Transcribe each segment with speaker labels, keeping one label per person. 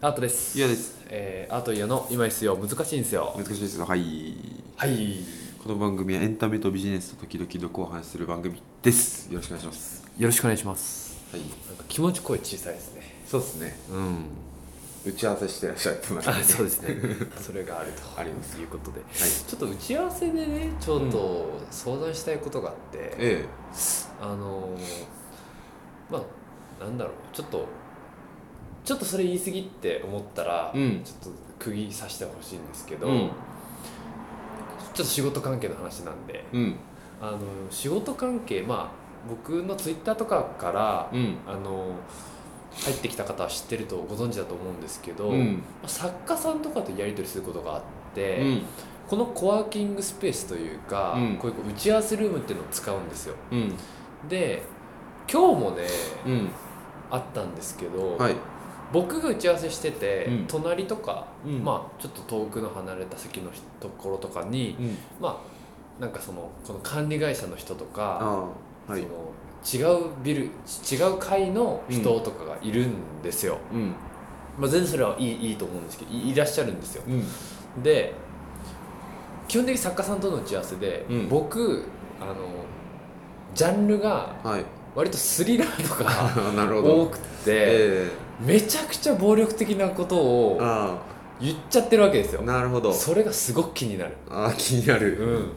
Speaker 1: アートです
Speaker 2: いやです、
Speaker 1: えー、アートイヤの今必要難しいんですよ
Speaker 2: 難しいですよはい
Speaker 1: はい
Speaker 2: この番組はエンタメとビジネスと時々どこを話する番組ですよろしくお願いします
Speaker 1: よろしくお願いします
Speaker 2: はい
Speaker 1: なんか気持ち声小さいですね
Speaker 2: そうですね
Speaker 1: うん
Speaker 2: 打ち合わせしてらっしゃるってな
Speaker 1: あそうですねそれがあると
Speaker 2: あります
Speaker 1: いうことで
Speaker 2: はい
Speaker 1: ちょっと打ち合わせでねちょっと相談したいことがあって、
Speaker 2: え
Speaker 1: あのーまあなんだろうちょっとちょっとそれ言い過ぎって思ったら、
Speaker 2: うん
Speaker 1: ちょっと釘刺してほしいんですけ
Speaker 2: え
Speaker 1: ど、ちょっと仕事関係の話なんで
Speaker 2: うん
Speaker 1: あの仕事関係まあ僕のツイッターとかから、
Speaker 2: うん
Speaker 1: あの入ってきた方は知ってるとご存知だと思うんですけど、
Speaker 2: うん
Speaker 1: まあ作家さんとかとやり取りすることがあっ
Speaker 2: う
Speaker 1: て、
Speaker 2: ん
Speaker 1: このコワーキングスペースというか、
Speaker 2: うん
Speaker 1: こういう打ち合わせルームっていうのを使うんですよ
Speaker 2: うん
Speaker 1: で今日もね、
Speaker 2: うん
Speaker 1: あったんですけど、
Speaker 2: はい
Speaker 1: 僕が打ち合わせしてて、
Speaker 2: うん
Speaker 1: 隣とか、
Speaker 2: うん
Speaker 1: まあちょっと遠くの離れた席のところとかに、
Speaker 2: うん
Speaker 1: まあなんかそのこの管理会社の人とか、
Speaker 2: ああはい
Speaker 1: その違うビルち違う階の人とかがいるんですよ、
Speaker 2: うん
Speaker 1: まあ、全然それはいいいいと思うんですけどいいらっしゃるんですよ
Speaker 2: うん
Speaker 1: で基本的に作家さんとの打ち合わせで、
Speaker 2: うん
Speaker 1: 僕あのジャンルが
Speaker 2: はい
Speaker 1: 割とスリラーとか
Speaker 2: あ なるほ
Speaker 1: 多
Speaker 2: ど
Speaker 1: くて、
Speaker 2: え
Speaker 1: めちゃくちゃ暴力的なこと
Speaker 2: え
Speaker 1: を
Speaker 2: あ
Speaker 1: 言っちゃってるわけです
Speaker 2: あ
Speaker 1: よ
Speaker 2: なるほど
Speaker 1: それがすごく気になる
Speaker 2: ああ気にな
Speaker 1: う
Speaker 2: る
Speaker 1: ん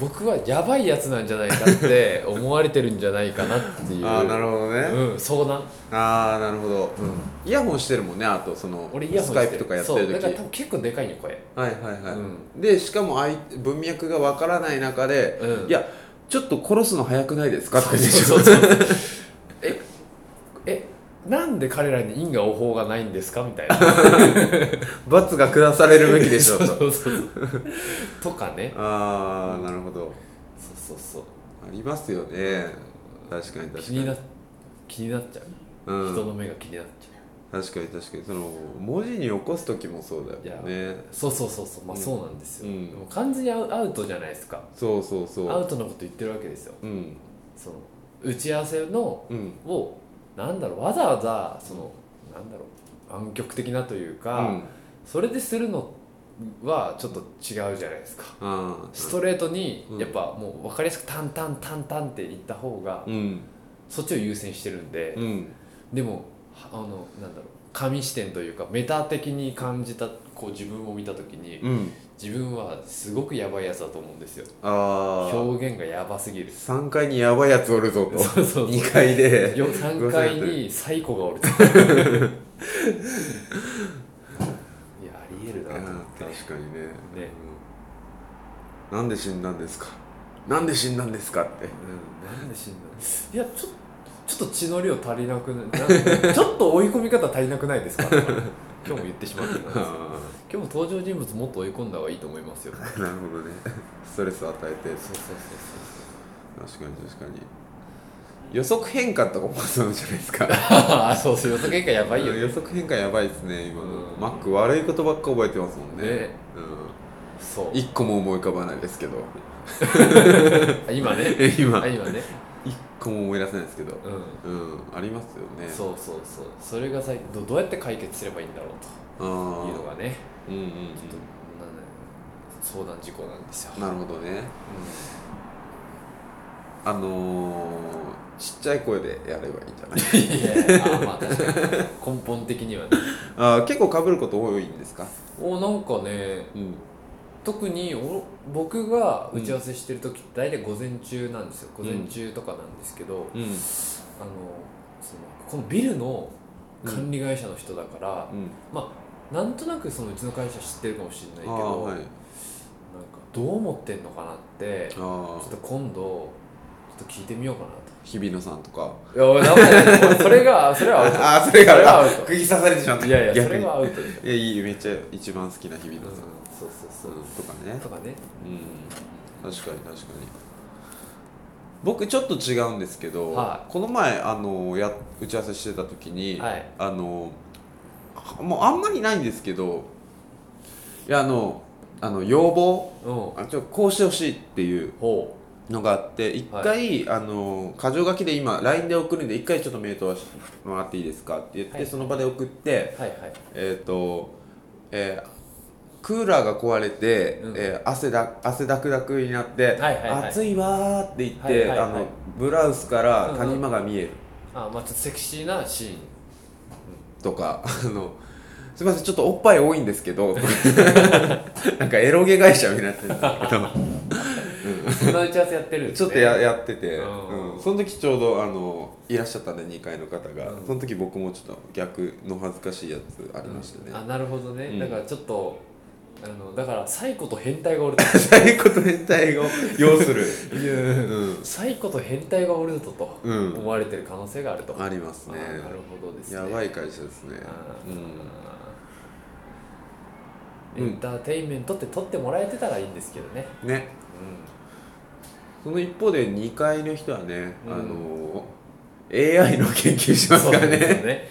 Speaker 1: 僕はやばいやつなんじゃないかって思われてるんじゃないかなっていう
Speaker 2: ああなるほどね
Speaker 1: うん、相談、
Speaker 2: ああなるほど
Speaker 1: うん、
Speaker 2: イヤホンしてるもんねあとその
Speaker 1: 俺イヤホン
Speaker 2: スカイプとかやってる
Speaker 1: そうだ
Speaker 2: 時
Speaker 1: から多分結構でかいよ声
Speaker 2: はいはいはい、
Speaker 1: う
Speaker 2: でしかもあい文脈がわからない中で、
Speaker 1: うん
Speaker 2: い やちょっと殺すの早くないですかって言ってし
Speaker 1: そ
Speaker 2: ま
Speaker 1: う
Speaker 2: う
Speaker 1: そうそうええなんで彼らに因果応報がないんですかみたいな
Speaker 2: 罰が下されるべきでしょう と
Speaker 1: そうそうそうとかね
Speaker 2: ああなるほど
Speaker 1: そうそう
Speaker 2: ありますよね確かに確
Speaker 1: そう
Speaker 2: かに
Speaker 1: 気にな気になっちゃう、
Speaker 2: うん、
Speaker 1: 人の目が気になっちゃう
Speaker 2: 確かに確かにその文字に起こす時もそうだよね
Speaker 1: そうそうそうそうまあ
Speaker 2: うん
Speaker 1: そうなんですよ、
Speaker 2: うん
Speaker 1: もう完全にアウアウトじゃないですか
Speaker 2: そうそうそ
Speaker 1: アウ
Speaker 2: う
Speaker 1: トなこと言ってるわけですよ
Speaker 2: うん
Speaker 1: その打ち合わせの
Speaker 2: うん
Speaker 1: をなんだろうわざわざそのなんだろう暗極的なという
Speaker 2: う
Speaker 1: か、
Speaker 2: ん
Speaker 1: それでするのはちょっと違うじゃないですか
Speaker 2: あ
Speaker 1: ス
Speaker 2: ー
Speaker 1: トレートに
Speaker 2: うん
Speaker 1: やっぱもう分かりやすく「タンタンタンタン」って言った方が
Speaker 2: うん
Speaker 1: そっちを優先してるんで
Speaker 2: うん
Speaker 1: でもあのなんだろう神視点というかメタ的に感じたこう自分を見た時に
Speaker 2: うん
Speaker 1: 自分はすごくやばいやつだと思うんですよ
Speaker 2: ああ
Speaker 1: 表現がやばすぎる
Speaker 2: 3階にやばいやつおるぞと
Speaker 1: そうそう
Speaker 2: 2階で
Speaker 1: 3階にサイコがおる いやありえる
Speaker 2: い
Speaker 1: な
Speaker 2: や
Speaker 1: と思
Speaker 2: ー
Speaker 1: って
Speaker 2: 確かにね
Speaker 1: ね
Speaker 2: うんなんで死んだんですかなんで死んだんですかって
Speaker 1: うんなんで死んだのいやちょちょっと血の量足りなくないなんかち ょっと追い込み方足りなくないですかとか今日も言ってしまってるんですよ
Speaker 2: あ
Speaker 1: 今日も登場人物もっと追い込んだ方がいいと思いますよそう
Speaker 2: ーなるほどねストレスを与えて
Speaker 1: そうそう
Speaker 2: 確かに確かに予測変化とかもそうじゃないですか
Speaker 1: そう ああそうそう予測結果やばいよ
Speaker 2: 予
Speaker 1: ね
Speaker 2: 測変化やばいですね今
Speaker 1: う
Speaker 2: の
Speaker 1: ん
Speaker 2: マック悪いことばっか覚えてますもんね
Speaker 1: ね
Speaker 2: う、
Speaker 1: そうん
Speaker 2: 一個も思い浮かばないですけ ど
Speaker 1: あ今ね
Speaker 2: え今
Speaker 1: あ今ね
Speaker 2: 一個も思い出せないですけど
Speaker 1: うん
Speaker 2: うんありますよね
Speaker 1: そうそうそうそれが最近どどうやって解決すればいいんだろう
Speaker 2: あ
Speaker 1: というの
Speaker 2: ー
Speaker 1: がね
Speaker 2: うんうんう
Speaker 1: な
Speaker 2: ん
Speaker 1: んだよ相談事項なんですよ、
Speaker 2: なるほどねあのー、ちっちゃい声でやればいいんじゃな
Speaker 1: う
Speaker 2: い
Speaker 1: んいやいやあーまあ確かに根本的にはね
Speaker 2: あー結構かぶること多いんですか
Speaker 1: おなんかね
Speaker 2: うん
Speaker 1: 特にお僕が打ち合わせしてる時って大体午前中なんですよ午前中とかなんですけど、
Speaker 2: うん
Speaker 1: あのそのこのビルの管理会社の人だから、
Speaker 2: うん
Speaker 1: まあなんとなくそのうちの会社知ってるかもしれないけ
Speaker 2: あ
Speaker 1: ど、
Speaker 2: あはい
Speaker 1: なんかどう思ってんのかなってちょっ
Speaker 2: ああ
Speaker 1: と今度ちょっと聞いてみようかなと。
Speaker 2: 日比野さんとか
Speaker 1: いや俺ダメだよそれがそれはアウト
Speaker 2: ああそれ
Speaker 1: それは
Speaker 2: が
Speaker 1: アウト
Speaker 2: 釘刺されてしまった
Speaker 1: いやいやそ
Speaker 2: 逆
Speaker 1: れ
Speaker 2: に
Speaker 1: はアウトでしょ、
Speaker 2: いやいいめっちゃ一番好きな日比
Speaker 1: うん
Speaker 2: 野さん、、
Speaker 1: そうそうそううん
Speaker 2: とかね
Speaker 1: とかね
Speaker 2: うん確かに確かに僕ちょっと違うんですけど、
Speaker 1: は
Speaker 2: この前あのや打ち合わせしてた時に、
Speaker 1: はい
Speaker 2: あのもうあんまりないんですけどいやあのあの要望
Speaker 1: うん
Speaker 2: あちょこうしてほしいっていう
Speaker 1: ほ
Speaker 2: のがあって一回、
Speaker 1: は
Speaker 2: あの箇条書きで今 LINE で送るんで一回ちょっとメールをもらっていいですかって言って、
Speaker 1: はい
Speaker 2: その場で送って
Speaker 1: はいはい
Speaker 2: えっ、と、えークーラーが壊れて、
Speaker 1: うん
Speaker 2: えー汗だ汗だくだくになって、
Speaker 1: はいはいはい
Speaker 2: 暑いわーって言って、
Speaker 1: はいはいはい
Speaker 2: あのブラウスから
Speaker 1: うんうん
Speaker 2: 谷間が見える
Speaker 1: あまあちょっとセクシーなシーン
Speaker 2: とか、 あのすみませんちょっとおっぱい多いんですけど なんかエロゲ会社みたいになってるんですけど。
Speaker 1: そんな打ち合わせやってるんです
Speaker 2: ちょ
Speaker 1: ね
Speaker 2: っとややってて、
Speaker 1: うん
Speaker 2: うんその時ちょうどあのいらっしゃったんで2階の方が、
Speaker 1: うん
Speaker 2: その時僕もちょっと逆の恥ずかしいやつありました
Speaker 1: あ
Speaker 2: ね、
Speaker 1: なるほどね、
Speaker 2: うん
Speaker 1: だからちょっとあのだからサイコと変態がおると
Speaker 2: 最ん、と変態を要す るうん、
Speaker 1: サイコと変態がおるぞと
Speaker 2: うん
Speaker 1: 思われてる可能性があると、
Speaker 2: ありますね
Speaker 1: あなるほどですね
Speaker 2: やばい会社ですね
Speaker 1: あー
Speaker 2: うん
Speaker 1: エンターテインメントって撮ってもらえてたらいいんですけどね、
Speaker 2: ねその一方で2階の人はね、
Speaker 1: うん
Speaker 2: あの AI の研究しますから
Speaker 1: そうです
Speaker 2: ね
Speaker 1: よね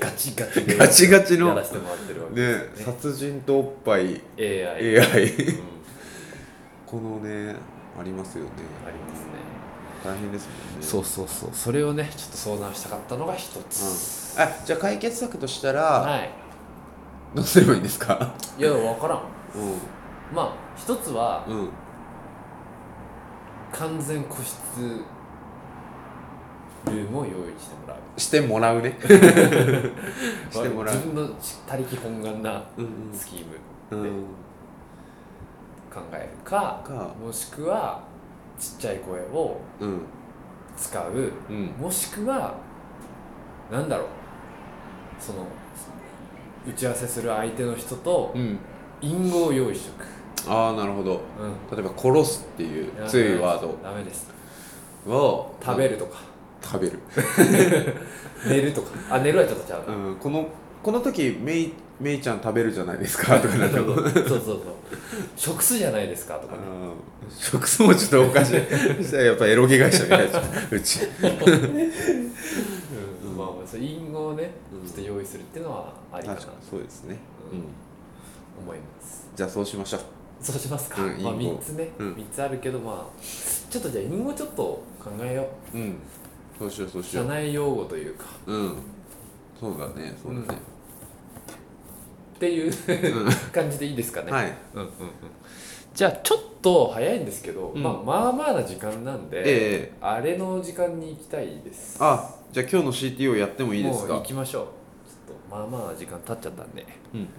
Speaker 1: ガチガチで
Speaker 2: ガチガチの
Speaker 1: やら
Speaker 2: ね
Speaker 1: せてもらってるわけですよね
Speaker 2: 殺人とおっぱい
Speaker 1: AI、
Speaker 2: AI
Speaker 1: うん
Speaker 2: このねありますよね
Speaker 1: ありますね
Speaker 2: 大変ですもんね
Speaker 1: そうそうそうそれをねちょっと相談したかったのが一つ、
Speaker 2: あじゃあ解決策としたら、
Speaker 1: はい
Speaker 2: どうすればいいんですか
Speaker 1: いや分からん
Speaker 2: う
Speaker 1: まあ一つは
Speaker 2: んうん
Speaker 1: 完全個室ルームを用意してもらう
Speaker 2: してもらうね してもらう
Speaker 1: 自分の他力本願な
Speaker 2: うん
Speaker 1: スキーム
Speaker 2: うんうん
Speaker 1: 考えるか
Speaker 2: か
Speaker 1: もしくはちっちゃい声を
Speaker 2: うん
Speaker 1: 使う
Speaker 2: うん
Speaker 1: もしくはなんだろうその打ち合わせする相手の人と
Speaker 2: うん
Speaker 1: 隠語を用意しとく、
Speaker 2: ああなるほど
Speaker 1: うん
Speaker 2: 例えば「殺す」っていう強いワー
Speaker 1: ダメです
Speaker 2: ドを
Speaker 1: 食べるとか
Speaker 2: 食べる、
Speaker 1: 寝るとかあ寝るはちょっとちゃうな
Speaker 2: うん、このこの時めいめいちゃん食べるじゃないですかとか
Speaker 1: な
Speaker 2: な
Speaker 1: る
Speaker 2: るほ
Speaker 1: ほ
Speaker 2: ど
Speaker 1: どそうそうそう食すじゃないですかとかね
Speaker 2: 食素もちょっとおかしい そしたらやっぱエロゲ会社みたいなうち
Speaker 1: うんまあまあそう隠語をね
Speaker 2: うん
Speaker 1: ちょっと用意するっていうのはありかな
Speaker 2: 確
Speaker 1: と
Speaker 2: かにそうですね、
Speaker 1: う
Speaker 2: うんん、
Speaker 1: 思います
Speaker 2: じゃあそうしましょう
Speaker 1: そうしますか、
Speaker 2: うん
Speaker 1: まあ
Speaker 2: 隠語
Speaker 1: 3つね、
Speaker 2: うん
Speaker 1: 3つあるけどまあちょっとじゃあ隠語ちょっと考えよう
Speaker 2: うんそうしようそうし
Speaker 1: 社
Speaker 2: よう
Speaker 1: 内用語というか
Speaker 2: うんそうだねそうだね、
Speaker 1: っていう 感じでいいですかね、
Speaker 2: はい。
Speaker 1: うんうんうん、じゃあちょっと早いんですけど、
Speaker 2: うん
Speaker 1: まあ、まあまあな時間なんで、
Speaker 2: ええ
Speaker 1: あれの時間に行きたいです
Speaker 2: あ、じゃあ今日の CTO やってもいいです
Speaker 1: もう行
Speaker 2: か。
Speaker 1: きましょうちょっとまあまあな時間経っちゃったんで
Speaker 2: うんうんうん。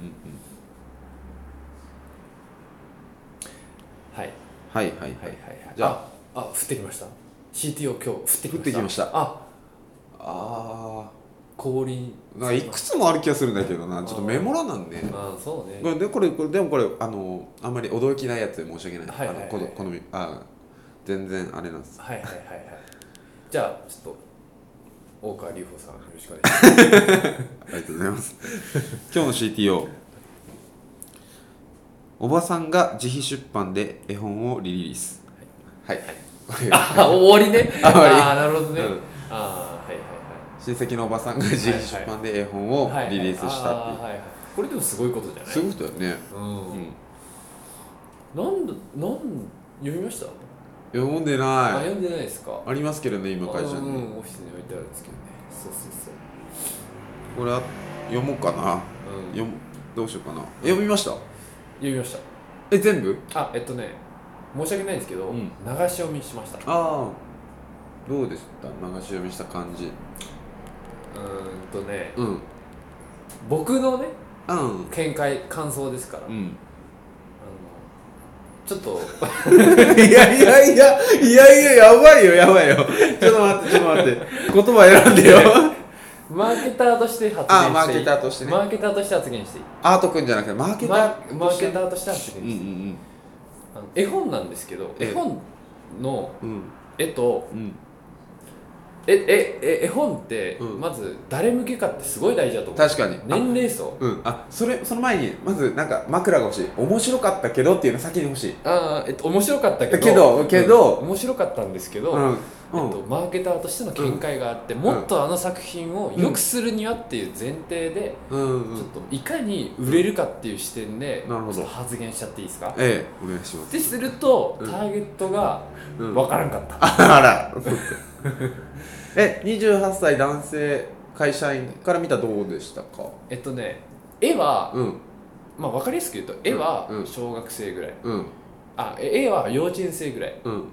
Speaker 1: はい
Speaker 2: はいはいは
Speaker 1: はいは
Speaker 2: い。
Speaker 1: いはい
Speaker 2: じゃ
Speaker 1: ああ降ってきました CTO 今日降ってきました
Speaker 2: 降ってきました
Speaker 1: あ
Speaker 2: あ
Speaker 1: 降臨
Speaker 2: あ、なんかいくつもある気がするんだけどな。ちょっとメモらなんね。
Speaker 1: ああそうね
Speaker 2: これでこれこれでもこれあのあんまり驚きないやつで申し訳ない。
Speaker 1: はいはいはい
Speaker 2: あのこのこのあ全然あれなんです。
Speaker 1: はいはいはいはいじゃあちょっと大川隆法さんよろしくお願いします
Speaker 2: ありがとうございます。 今日の CTO。おばさんが自費出版で絵本をリリース。はい。
Speaker 1: あ終わりね
Speaker 2: あ終わり
Speaker 1: ああなるほどね、
Speaker 2: うん
Speaker 1: ああはいはい
Speaker 2: 親戚のおばさんが自費出版で絵本を
Speaker 1: はいはい
Speaker 2: リリースしたってい
Speaker 1: あ
Speaker 2: う
Speaker 1: ーはいはいこれでもすごいことじゃない
Speaker 2: そういうことだよね。
Speaker 1: うん、
Speaker 2: うん。
Speaker 1: なんだなん読みました、
Speaker 2: 読んで
Speaker 1: あ
Speaker 2: ない。
Speaker 1: 読んでないですか
Speaker 2: ありますけどね、今会社
Speaker 1: あうんオフィ
Speaker 2: に。
Speaker 1: スに置いてあるんですけどねそうそう
Speaker 2: これは読もうか
Speaker 1: そ
Speaker 2: な。
Speaker 1: う、うん、
Speaker 2: 読むどうしようかな。読みました。
Speaker 1: 読みました
Speaker 2: え、全部？
Speaker 1: あえっとね申し訳ないんですけど、
Speaker 2: うん
Speaker 1: 流し読みしましたう
Speaker 2: ああ。どうでした？流し読みした感じ。
Speaker 1: ーんとね
Speaker 2: うん。
Speaker 1: 僕のね
Speaker 2: うん。
Speaker 1: 見解感想ですから、
Speaker 2: う
Speaker 1: あの
Speaker 2: ん。
Speaker 1: ちょっと
Speaker 2: いやいやいやいやいややばいよやばいよ。ちょっと待ってちょっと待って。言葉選ん でよ。
Speaker 1: マーケターとして発言していい
Speaker 2: あマーケターとしてね
Speaker 1: マーケターとして発言していい
Speaker 2: アートくんじゃなくてマーケタ
Speaker 1: マ
Speaker 2: ー
Speaker 1: ーマーケターとして発言して
Speaker 2: う
Speaker 1: い
Speaker 2: んう
Speaker 1: い、
Speaker 2: ん
Speaker 1: あの絵本なんですけど
Speaker 2: ええ
Speaker 1: 絵本の
Speaker 2: うん
Speaker 1: 絵と
Speaker 2: うん
Speaker 1: えええ絵本って
Speaker 2: うん
Speaker 1: まず誰向けかってすごい大事だと思う、
Speaker 2: 確かにあ
Speaker 1: 年齢層
Speaker 2: うんあそれその前にまずなんか枕が欲しい面白かったけどっていうの先に欲しい
Speaker 1: ああ、えっと、面白かったけど
Speaker 2: けどけど
Speaker 1: うん面白かったんですけど、
Speaker 2: うん、
Speaker 1: えっと、マーケターとしての見解があって、もっとあの作品を良くするにはっていう前提で、
Speaker 2: うんう
Speaker 1: ちょっ
Speaker 2: ん
Speaker 1: といかに売れるかっていう視点で、
Speaker 2: うんなるほど
Speaker 1: ちょっと発言しちゃっていいですか
Speaker 2: ええお願いしま
Speaker 1: っ
Speaker 2: す
Speaker 1: てすると、
Speaker 2: うん
Speaker 1: ターゲットが
Speaker 2: うん
Speaker 1: 分からんかった、
Speaker 2: あら え28歳男性会社員から見たらどうでしたか
Speaker 1: えっとね絵は、
Speaker 2: うん
Speaker 1: まあ、分かりやすく言うと絵は
Speaker 2: うん
Speaker 1: 小学生ぐらい、
Speaker 2: うん
Speaker 1: あえ絵は幼稚園生ぐらい、
Speaker 2: うん
Speaker 1: うん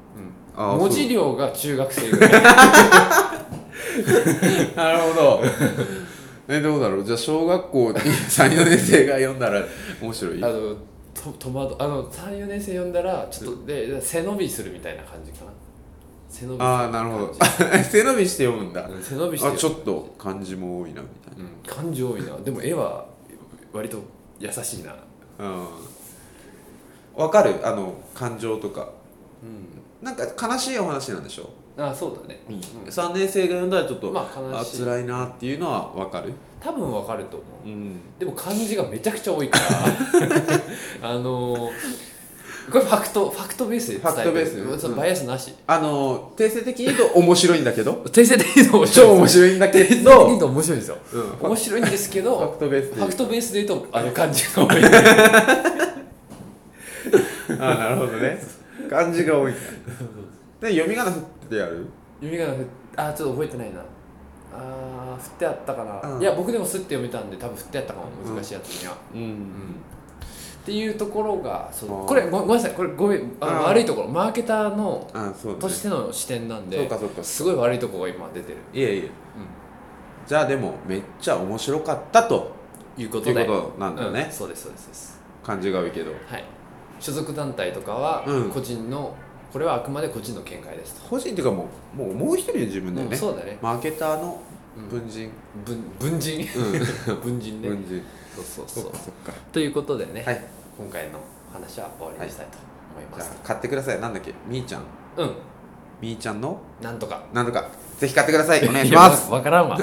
Speaker 2: あー
Speaker 1: 文 字量が中学生ぐらい
Speaker 2: そうなるほどえどうだろうじゃあ小学校34 年生が読んだら面白い
Speaker 1: あのと戸惑あの34年生読んだらちょっとで背伸びするみたいな感じかな背伸びする
Speaker 2: ああなるほど
Speaker 1: 感
Speaker 2: 背伸びして読むんだ
Speaker 1: じうん背伸びして
Speaker 2: あ
Speaker 1: る
Speaker 2: ちょっと漢字も多いなみた
Speaker 1: う
Speaker 2: い
Speaker 1: ん、感情多いなでも絵は割と優しいな
Speaker 2: なうんわかるあの感情とか
Speaker 1: うん
Speaker 2: なんか悲しいお話なんでしょ、
Speaker 1: あそうだね、う
Speaker 2: 3年生が読んだらちょっと、
Speaker 1: んまあ
Speaker 2: あ
Speaker 1: 悲しい
Speaker 2: 辛いなっていうのはわかる
Speaker 1: 多分わかると思う
Speaker 2: うん
Speaker 1: でも漢字がめちゃくちゃ多いから あのーこれファクトファクトベースで伝えてる
Speaker 2: ファクトベースでね
Speaker 1: そう
Speaker 2: うん
Speaker 1: バイアスなし
Speaker 2: あの定性的に言うと面白いんだけ ど
Speaker 1: 訂正で言うと面
Speaker 2: 超
Speaker 1: 白い
Speaker 2: 面白いんだけ
Speaker 1: 訂正で言
Speaker 2: ど、
Speaker 1: うと面白いですよ
Speaker 2: うん、ファ
Speaker 1: 面白いんですけ
Speaker 2: フ ァ
Speaker 1: ど
Speaker 2: クトベース
Speaker 1: フ
Speaker 2: で
Speaker 1: ァクトベースで言うとあの漢字が多い
Speaker 2: あなるほどね漢字が多いで読み仮名振ってやる
Speaker 1: 指がふあちょっと覚えてないなあー振ってあったかな、
Speaker 2: うん
Speaker 1: いや僕でもスッて読めたんで多分振ってあったかも難しいやつには、
Speaker 2: うん、
Speaker 1: っていうところがそう
Speaker 2: あー
Speaker 1: これごごめんなさいこれごめんあの
Speaker 2: あー
Speaker 1: 悪いところマーケターの
Speaker 2: あそうだ
Speaker 1: と
Speaker 2: ね
Speaker 1: しての視点なん
Speaker 2: そう
Speaker 1: で
Speaker 2: かそうか
Speaker 1: すごい悪いところが今出てる、
Speaker 2: いえいえじゃあでもめっちゃ面白かったと
Speaker 1: うん、いうこと
Speaker 2: い
Speaker 1: で
Speaker 2: うことなんだ
Speaker 1: うん
Speaker 2: ね、
Speaker 1: そうですそうですそうです
Speaker 2: 漢字が多いけど
Speaker 1: はい所属団体とかは
Speaker 2: うん
Speaker 1: 個人の、これはあくまで個人の見解ですと、
Speaker 2: 個人っていうかもうもうもう一人の自分だよ
Speaker 1: うん
Speaker 2: ね、
Speaker 1: そうだね
Speaker 2: マーケターの
Speaker 1: うん
Speaker 2: 文人、
Speaker 1: 文文人文人ね、
Speaker 2: 文人
Speaker 1: そうそうそう
Speaker 2: っかそっか
Speaker 1: ということでね、
Speaker 2: はい
Speaker 1: 今回の話は終わりにしたいと思いま
Speaker 2: じゃ
Speaker 1: す、
Speaker 2: あ買ってくださいなんだっけみーちゃん
Speaker 1: うん
Speaker 2: みーちゃんの
Speaker 1: なんとか
Speaker 2: なんとかぜひ買ってくださいお願いします
Speaker 1: わからんわ